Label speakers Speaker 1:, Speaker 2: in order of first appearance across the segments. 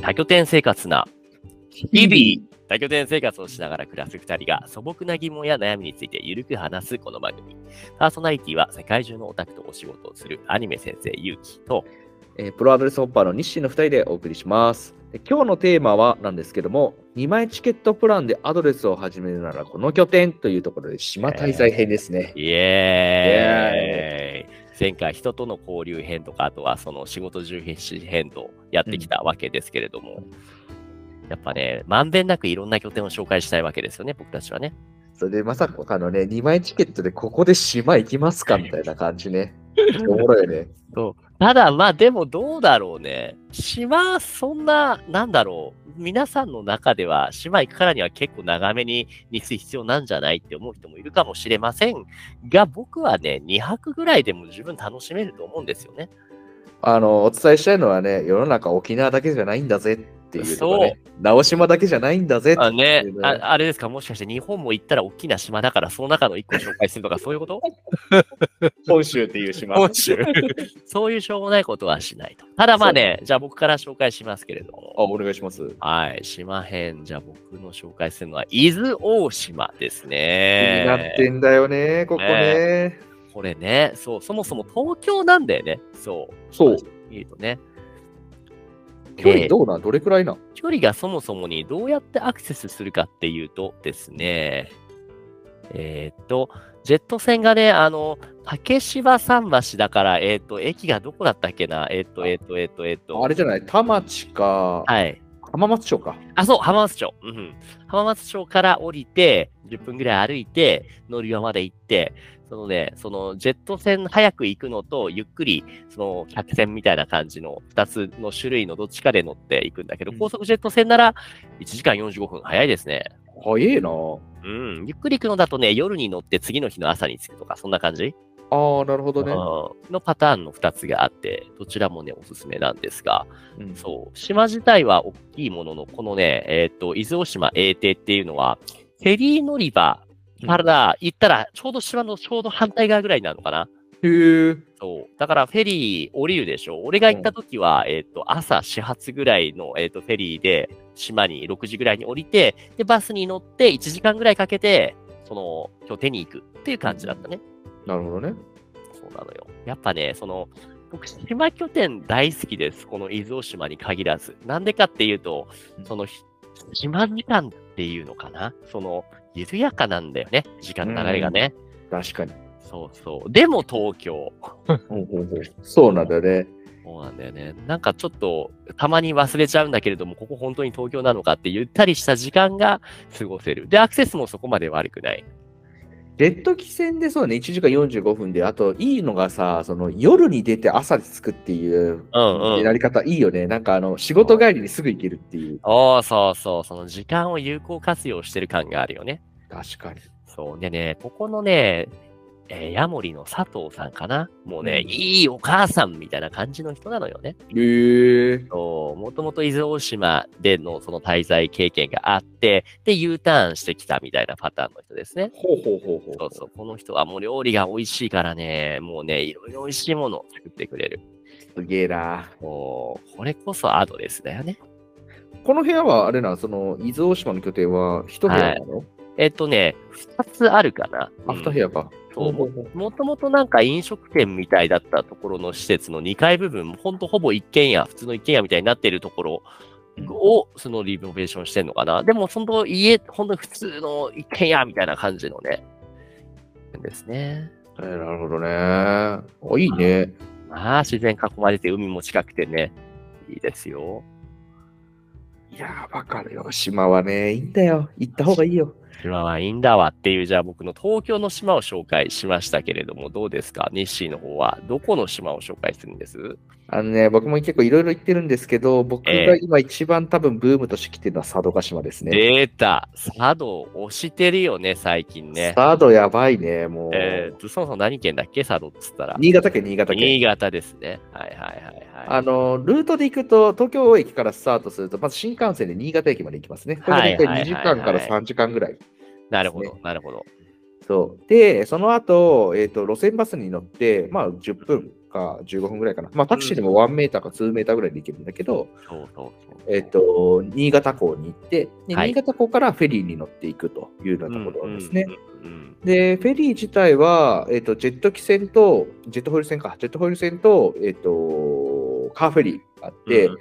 Speaker 1: 多拠点生活な
Speaker 2: 日々、
Speaker 1: 多拠点生活をしながら暮らす2人が素朴な疑問や悩みについてゆるく話すこの番組。パーソナリティは世界中のオタクとお仕事をするアニメ先生ゆうきと、
Speaker 2: えープロアドレスホッパーの日誌の2人でお送りします。で今日のテーマはなんですけども、2枚チケットプランでアドレスを始めるならこの拠点というところで島滞在編ですね。
Speaker 1: イエーイ前回人との交流編とか、あとはその仕事重視編とやってきたわけですけれども、やっぱね、まんべんなくいろんな拠点を紹介したいわけですよね、僕たちはね。
Speaker 2: それでまさかのね、2枚チケットでここで島行きますかみたいな感じね。おもろいね。
Speaker 1: ただまあでもどうだろうね。島、そんな、なんだろう。皆さんの中では島行くからには結構長めに日数必要なんじゃないって思う人もいるかもしれませんが、僕はね、2泊ぐらいでも十分楽しめると思うんですよね。
Speaker 2: あの、お伝えしたいのはね、世の中沖縄だけじゃないんだぜっていうとこね、直島だけじゃないんだぜって
Speaker 1: あね
Speaker 2: いうね
Speaker 1: あ、あれですか、もしかして日本も行ったら大きな島だから、その中の1個紹介するとか、そういうこと
Speaker 2: 本州っていう島。
Speaker 1: そういうしょうもないことはしないと。ただまあね、じゃあ僕から紹介しますけれども。
Speaker 2: あ、お願いします。
Speaker 1: はい、島編、じゃあ僕の紹介するのは、伊豆大島です
Speaker 2: 気になっ
Speaker 1: ね。
Speaker 2: てんだよね、ここね。
Speaker 1: これね、そう、そもそも東京なんだよね。そう。
Speaker 2: そう。
Speaker 1: 見るとね。
Speaker 2: 距
Speaker 1: え
Speaker 2: 離
Speaker 1: ー
Speaker 2: どうなんどれくらいなん
Speaker 1: 距離がそもそもにどうやってアクセスするかっていうとですね、えーっと、ジェット船がね、あの、竹芝桟橋だから、えーっと、駅がどこだったっけな、えーっと、えーっと、えーっと、えーっと、
Speaker 2: あれじゃない、田町か、
Speaker 1: はい。
Speaker 2: 浜松町か。
Speaker 1: あ、そう、浜松町。うんうん。浜松町から降りて、10分ぐらい歩いて、乗り場まで行って、そのね、そのジェット船早く行くのと、ゆっくり、その客船みたいな感じの2つの種類のどっちかで乗っていくんだけど、
Speaker 2: うん
Speaker 1: 高速ジェット船なら1時間45分早いですね。
Speaker 2: 早えな。
Speaker 1: うん。ゆっくり行くのだとね、夜に乗って次の日の朝に着くとか、そんな感じ
Speaker 2: ああ、なるほどね。
Speaker 1: うんのパターンの2つがあって、どちらもね、おすすめなんですが、
Speaker 2: うん
Speaker 1: そう、島自体は大きいものの、このね、えっ、と、伊豆大島永定っていうのは、フェリー乗り場から行ったら、ちょうど島のちょうど反対側ぐらいになるのかな。
Speaker 2: へえ。
Speaker 1: そう。だからフェリー降りるでしょ。俺が行った時は、えっ、と、朝始発ぐらいの、えっ、と、フェリーで、島に6時ぐらいに降りて、で、バスに乗って1時間ぐらいかけて、その、拠点に行くっていう感じだったね。
Speaker 2: なるほどね。
Speaker 1: そうなのよ。やっぱね、その、僕、島拠点大好きです。この伊豆大島に限らず。なんでかっていうと
Speaker 2: う、ん
Speaker 1: その、ひ島時間っていうのかなその、緩やかなんだよね。時間の流れがね。
Speaker 2: 確かに。
Speaker 1: そうそう。でも東京。
Speaker 2: そうなんだよね。
Speaker 1: そうなんだよね。なんかちょっと、たまに忘れちゃうんだけれども、ここ本当に東京なのかってゆったりした時間が過ごせる。で、アクセスもそこまで悪くない。
Speaker 2: ジェット機船でそうね、1時間45分で、あといいのがさ、その夜に出て朝に着くっていう
Speaker 1: うんうん
Speaker 2: やり方いいよね。なんかあの仕事帰りにすぐ行けるっていう。
Speaker 1: おー、そうそう。その時間を有効活用してる感があるよね。
Speaker 2: 確かに。
Speaker 1: そう。でね、ここのね、えーヤモリの佐藤さんかなもうね、
Speaker 2: うん
Speaker 1: いいお母さんみたいな感じの人なのよね。
Speaker 2: へえ。
Speaker 1: そうもともと伊豆大島でのその滞在経験があって、で、U ターンしてきたみたいなパターンの人ですね。
Speaker 2: ほうほうほうほう。
Speaker 1: そうそう。この人はもう料理が美味しいからね、もうね、いろいろ美味しいものを作ってくれる。
Speaker 2: すげえな。
Speaker 1: もう、これこそアドレスだよね。
Speaker 2: この部屋はあれな、その伊豆大島の拠点は一部屋なの、
Speaker 1: えっとね、二つあるかな。
Speaker 2: あ、二部屋か。
Speaker 1: そう
Speaker 2: ほうほうほ
Speaker 1: もともとなんか飲食店みたいだったところの施設の2階部分、ほんとほぼ一軒家、普通の一軒家みたいになってるところを、そのリノベーションしてんのかな。でも、その家、ほんと普通の一軒家みたいな感じのね、ですね。
Speaker 2: うえーなるほどね。あ、いいね。
Speaker 1: まあ、自然囲まれて海も近くてね、いいですよ。
Speaker 2: いやー、わかるよ。島はね、いいんだよ。行った方がいいよ。
Speaker 1: 島はいいんだわっていう、じゃあ僕の東京の島を紹介しましたけれども、どうですか日誌の方は、どこの島を紹介するんです
Speaker 2: あのね、僕も結構いろいろ行ってるんですけど、僕
Speaker 1: え
Speaker 2: が今一番多分ブームとして来てるのは佐渡島ですね。
Speaker 1: データ、佐渡、押してるよね、最近ね。
Speaker 2: 佐渡やばいね、もう。
Speaker 1: えー、そもそも何県だっけ佐渡っつったら。
Speaker 2: 新潟県、新潟県。
Speaker 1: 新潟ですね。はいはいはいはい。
Speaker 2: あの、ルートで行くと、東京駅からスタートすると、まず新幹線で新潟駅まで行きますね。これが大体
Speaker 1: はいはい
Speaker 2: 2時
Speaker 1: はいはい
Speaker 2: 間から3時間ぐらい。
Speaker 1: なるほ
Speaker 2: で
Speaker 1: ど、なるほど。
Speaker 2: そう。で、その後、えっ、と、路線バスに乗って、まあ、10分か15分ぐらいかな。まあ、タクシーでも1メーターか2メーターぐらいで行けるんだけど、
Speaker 1: そうそうそう。
Speaker 2: えっ、と、新潟港に行って、で
Speaker 1: はい
Speaker 2: 新潟港からフェリーに乗っていくというようなところですね。
Speaker 1: うん。うん
Speaker 2: で、フェリー自体は、えっ、と、ジェット機船と、ジェットホイール船か、ジェットホイール船と、えっ、と、カーフェリーがあって、
Speaker 1: うん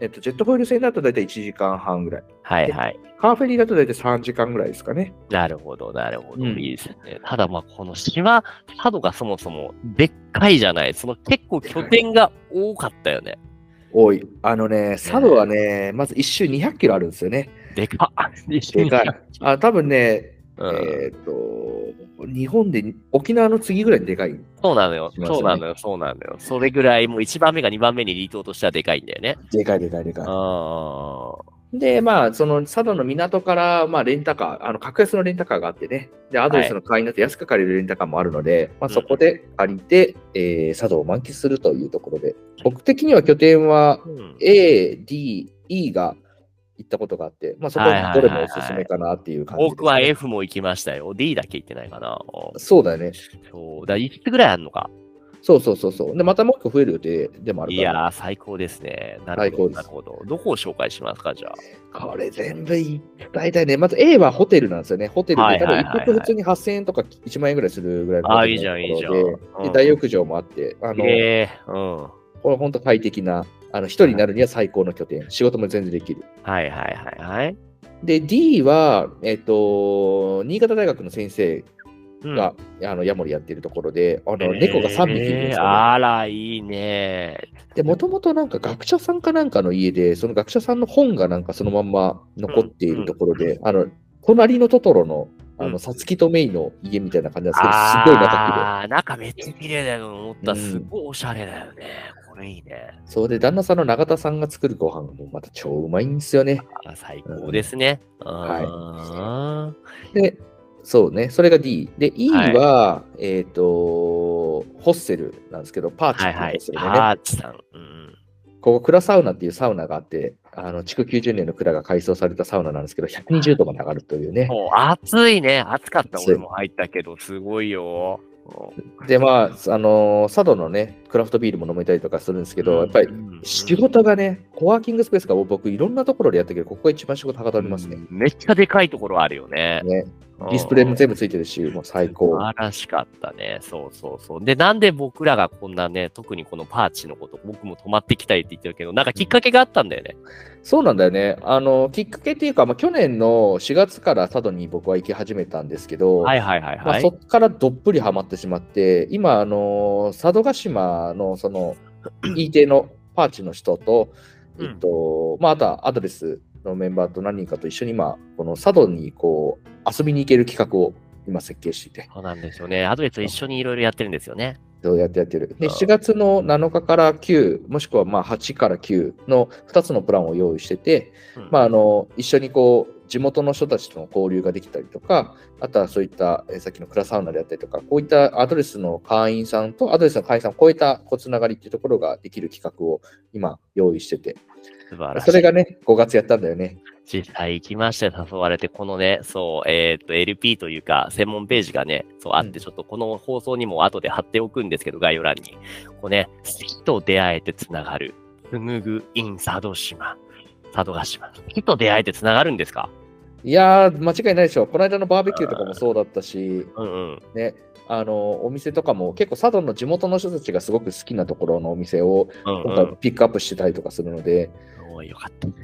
Speaker 2: えっ、と、ジェットホイール船だと大体1時間半ぐらい。
Speaker 1: はいはい。
Speaker 2: カーフェリーだと大体3時間ぐらいですかね。
Speaker 1: なるほど、なるほど。
Speaker 2: うん
Speaker 1: いいですね。ただまあ、この島、佐渡がそもそもでっかいじゃない。その結構拠点が多かったよね。
Speaker 2: 多い。あのね、佐渡はね、まず1周200キロあるんですよね。
Speaker 1: でかっ。
Speaker 2: でかい。あ、多分ね、
Speaker 1: うん
Speaker 2: えっ、と、日本で、沖縄の次ぐらいにでかい。
Speaker 1: そうなのよ。
Speaker 2: しますよね
Speaker 1: そうなのよ。そうなのよ。それぐらい、もう1番目が2番目に離島としてはでかいんだよね。
Speaker 2: でかいでかいでかい。
Speaker 1: あ
Speaker 2: で、まあ、その佐渡の港から、まあ、レンタカー、あの格安のレンタカーがあってね、で、アドレスの会員になって安く借りるレンタカーもあるので、まあ、そこで借りて、えー佐渡を満喫するというところで、僕的には拠点は
Speaker 1: ーうん。
Speaker 2: A、D、E が行ったことがあって、まあ、そこ
Speaker 1: はいはいはいは
Speaker 2: は
Speaker 1: い
Speaker 2: どれもおすすめかなっていう感じですね、
Speaker 1: 僕は F も行きましたよ。D だけ行ってないかな。
Speaker 2: そうだよね。
Speaker 1: そう。だ5つぐらいあるのか。
Speaker 2: そうそうそうそう。で、またもう一個増える予定でもある
Speaker 1: い
Speaker 2: から。
Speaker 1: やー、最高ですね。なるほど。
Speaker 2: 最高です
Speaker 1: なるほど。どこを紹介しますか、じゃあ。
Speaker 2: これ全部い大体ね、まず A はホテルなんですよね。ホテル
Speaker 1: は
Speaker 2: で、
Speaker 1: い
Speaker 2: 多
Speaker 1: はいは
Speaker 2: 分
Speaker 1: いはい
Speaker 2: 一泊普通に8000円とか1万円ぐらいするぐらいの
Speaker 1: あ
Speaker 2: ホ
Speaker 1: あ、
Speaker 2: テル
Speaker 1: いいじゃん、いいじゃん。
Speaker 2: で
Speaker 1: う
Speaker 2: で、
Speaker 1: ん
Speaker 2: 大浴場もあって、あの、
Speaker 1: ええうん。
Speaker 2: これ本当快適な、あの、一人になるには最高の拠点、仕事も全然できる。
Speaker 1: はいはいはいはい。
Speaker 2: で、D は、えっ、と、新潟大学の先生
Speaker 1: うん
Speaker 2: が、あの、ヤモリやってるところで、あの、
Speaker 1: えー
Speaker 2: 猫が3匹いるんですよ、ね。
Speaker 1: あら、いいね。
Speaker 2: で、もともとなんか学者さんかなんかの家で、その学者さんの本がなんかそのまんま残っているところで、あの、隣のトトロの、あ
Speaker 1: うん
Speaker 2: の、サツキとメイの家みたいな感じなんですけど、す
Speaker 1: あ
Speaker 2: ごい中綺麗。
Speaker 1: あー中めっちゃ綺麗だよ思った。
Speaker 2: うん
Speaker 1: すごいおしゃれだよね。これいいね。
Speaker 2: そうで、旦那さんの永田さんが作るご飯もまた超うまいんですよね。
Speaker 1: あ最高ですね。
Speaker 2: はい
Speaker 1: は
Speaker 2: で、そうね、それが D。で、E は、えっ、と、ホッセルなんですけど、パーチ
Speaker 1: は
Speaker 2: っ
Speaker 1: い
Speaker 2: ていうん
Speaker 1: はい
Speaker 2: で。すよね。
Speaker 1: アーチさん。うん
Speaker 2: ここ、蔵サウナっていうサウナがあって、あの、築90年の蔵が改装されたサウナなんですけど、120度まで上がるというね。
Speaker 1: もう暑いね。暑かった。
Speaker 2: 暑い
Speaker 1: 俺も入ったけど、すごいよ。
Speaker 2: で、まあ、あの佐渡のね、クラフトビールも飲めたりとかするんですけど、やっぱり、仕
Speaker 1: が
Speaker 2: 事がね、コワーキングスペースが僕、いろんなところでやったけど、ここが一番仕事はかどりますね。
Speaker 1: めっちゃでかいところあるよね。
Speaker 2: ね
Speaker 1: うん
Speaker 2: ディスプレイも全部ついてるし、もう最高
Speaker 1: 素。晴らしかったね。そうそうそう。で、なんで僕らがこんなね、特にこのパーチのこと、僕も泊まってきたいって言ってるけど、なんかきっかけがあったんだよね。
Speaker 2: そうなんだよね。あの、きっかけっていうか、まあ、去年の4月から佐渡に僕は行き始めたんですけど、
Speaker 1: はいはいはい
Speaker 2: まあ、
Speaker 1: はい。
Speaker 2: そこからどっぷりハマってしまって、今、あの佐渡島の その E 亭のパーチの人と、
Speaker 1: うん
Speaker 2: えっとまあ、あとはアドレスのメンバーと何人かと一緒に今、この佐渡にこう遊びに行ける企画を今設計していて、
Speaker 1: そうなんですよね。アドレスと一緒にいろいろやってるんですよね。
Speaker 2: どうやってやってる。で、
Speaker 1: あー
Speaker 2: 7月の7日から9、もしくはまあ8から9の2つのプランを用意してて、
Speaker 1: うん
Speaker 2: まあ、あの一緒にこう地元の人たちとの交流ができたりとか、あとはそういった、えーさっきのクラサウナであったりとか、こういったアドレスの会員さんとアドレスの会員さんを超えたこうつながりっていうところができる企画を今用意してて、
Speaker 1: 素晴らしい。
Speaker 2: それがね、5月やったんだよね。
Speaker 1: 実際行きまして誘われて、このね、そう、えっ、と、LP というか、専門ページがね、そうあっ
Speaker 2: うん
Speaker 1: て、ちょっとこの放送にも後で貼っておくんですけど、概要欄に。こうね、好きと出会えてつながる。紡ぐ in 佐渡島。佐渡島。好きと出会えてつながるんですか
Speaker 2: いやー、間違いないでしょ。この間のバーベキューとかもそうだったし、
Speaker 1: うんうん。
Speaker 2: ね、あのお店とかも結構佐渡の地元の人たちがすごく好きなところのお店を
Speaker 1: うん、
Speaker 2: 今
Speaker 1: う
Speaker 2: 回
Speaker 1: ん。
Speaker 2: ピックアップしてたりとかするので、
Speaker 1: おーよかった。よ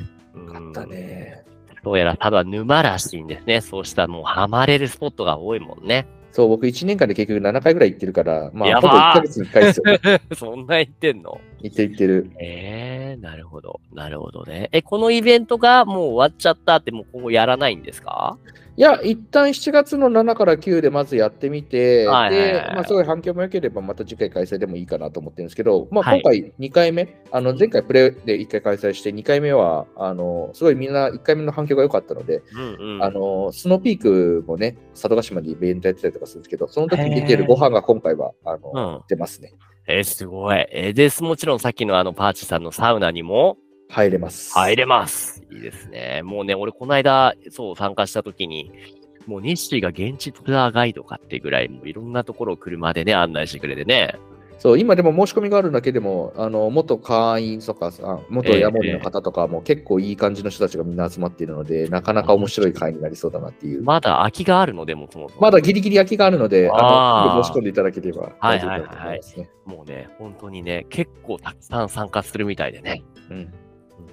Speaker 2: よかった。ね。
Speaker 1: どうやら佐渡は沼らしいんですね。そうしたもうハマれるスポットが多いもんね。
Speaker 2: そう、僕1年間で結局7回ぐらい行ってるから、ま
Speaker 1: や
Speaker 2: あ、
Speaker 1: ば
Speaker 2: ほ
Speaker 1: ー
Speaker 2: ぼ1ヶ月に1回で すよね。
Speaker 1: そんな言ってんの
Speaker 2: 行ってる行ってる。
Speaker 1: ええなるほど。なるほどね。え、このイベントがもう終わっちゃったって、もう今後やらないんですか
Speaker 2: いや、一旦7月の7から9でまずやってみて、
Speaker 1: はいはいはい
Speaker 2: で、まあ、すごい反響も良ければ、また次回開催でもいいかなと思ってるんですけど、まあ、
Speaker 1: はい
Speaker 2: 今回2回目、あの前回プレイで1回開催して、2回目は、あのすごいみんな1回目の反響が良かったので、
Speaker 1: うんう
Speaker 2: あのスノーピークもね、佐渡島でイベントやってたりとかするんですけど、その時に出てるご飯が今回は、あの、
Speaker 1: うん。
Speaker 2: 出ますね。
Speaker 1: え、すごい。え、です。もちろんさっきのあのパーチさんのサウナにも
Speaker 2: 入れます。
Speaker 1: 入れます。いいですね。もうね、俺この間、そう、参加した時に、もうニッシーが現地ツアーガイドかってぐらい、もういろんなところを車でね、案内してくれてね。
Speaker 2: そう今でも申し込みがあるだけでも、あの元会員とかさ、元山盛りの方とかも結構いい感じの人たちがみんな集まっているので、なかなか面白い会になりそうだなっていう。
Speaker 1: まだ空きがあるので、もともと。
Speaker 2: まだギリギリ空きがあるので、あ
Speaker 1: あ
Speaker 2: の
Speaker 1: ー
Speaker 2: 申し込んでいただければ大丈夫だと思いますね。
Speaker 1: もうね、本当にね、結構たくさん参加するみたいでね。
Speaker 2: うん
Speaker 1: うん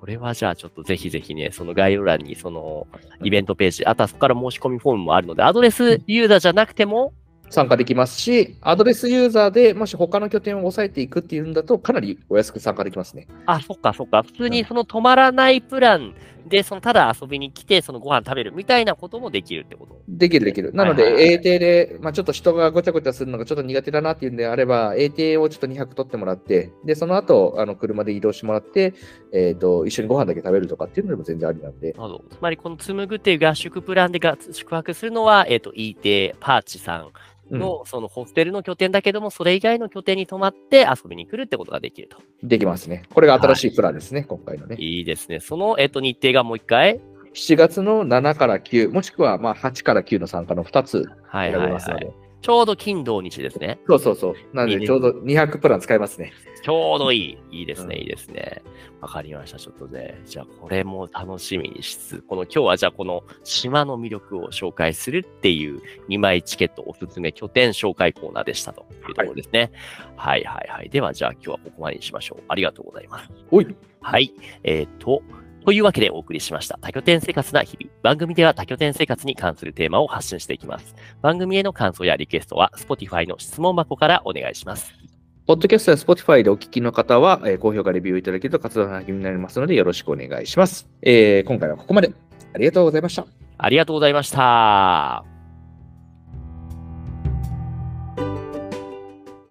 Speaker 1: これはじゃあちょっとぜひぜひね、その概要欄にそのイベントページ、あとはそこから申し込みフォームもあるので、アドレスユーザーじゃなくても、
Speaker 2: 参加できますし、アドレスユーザーでもし他の拠点を抑えていくっていうんだと、かなりお安く参加できますね。
Speaker 1: あ、そっかそっか、普通にその止まらないプランで、そのただ遊びに来て、そのご飯食べるみたいなこともできるってこと。
Speaker 2: できる、できる。なの
Speaker 1: はいはいは
Speaker 2: で、
Speaker 1: い
Speaker 2: A 定で、まあ、ちょっと人がごちゃごちゃするのがちょっと苦手だなっていうんであれば、A 定をちょっと200取ってもらって、で、その後、あの車で移動してもらって、えっ、と、一緒にご飯だけ食べるとかっていうのでも全然ありなんで、
Speaker 1: なるほど。つまりこの紡ぐっていう合宿プランでが宿泊するのは、えっ、と、イーテパーチさん
Speaker 2: うん、
Speaker 1: の、そのホステルの拠点だけども、それ以外の拠点に泊まって遊びに来るってことができると。
Speaker 2: できますね。これが新しいプランですね、今回のね。
Speaker 1: いいですね。その、えっ、と、日程がもう一回。
Speaker 2: 7月の7から9、もしくはまあ8から9の参加の2つ
Speaker 1: は
Speaker 2: 選
Speaker 1: い
Speaker 2: べ
Speaker 1: はい
Speaker 2: ま
Speaker 1: は
Speaker 2: すので、
Speaker 1: い。ちょうど金土日ですね。
Speaker 2: そうそうそう。なの
Speaker 1: いい
Speaker 2: で、
Speaker 1: ね
Speaker 2: ちょうど200プラン使えますね。
Speaker 1: ちょうどいい。いいですね、
Speaker 2: うん
Speaker 1: いいですね。わかりました。ちょっとね。じゃあ、これも楽しみにしつつ、この今日はじゃあ、この島の魅力を紹介するっていう2枚チケットおすすめ拠点紹介コーナーでしたというところですね。はい、はい、はい。では、じゃあ今日はここまでにしましょう。ありがとうございます。
Speaker 2: おい
Speaker 1: はい。えっ、と、というわけでお送りしました。多拠点生活な日々。番組では多拠点生活に関するテーマを発信していきます。番組への感想やリクエストは Spotify の質問箱からお願いします。
Speaker 2: ポッドキャストや Spotify でお聞きの方は、えー高評価、レビューいただけると活動の励みになりますので、よろしくお願いします。えー今回はここまで。ありがとうございました。
Speaker 1: ありがとうございました。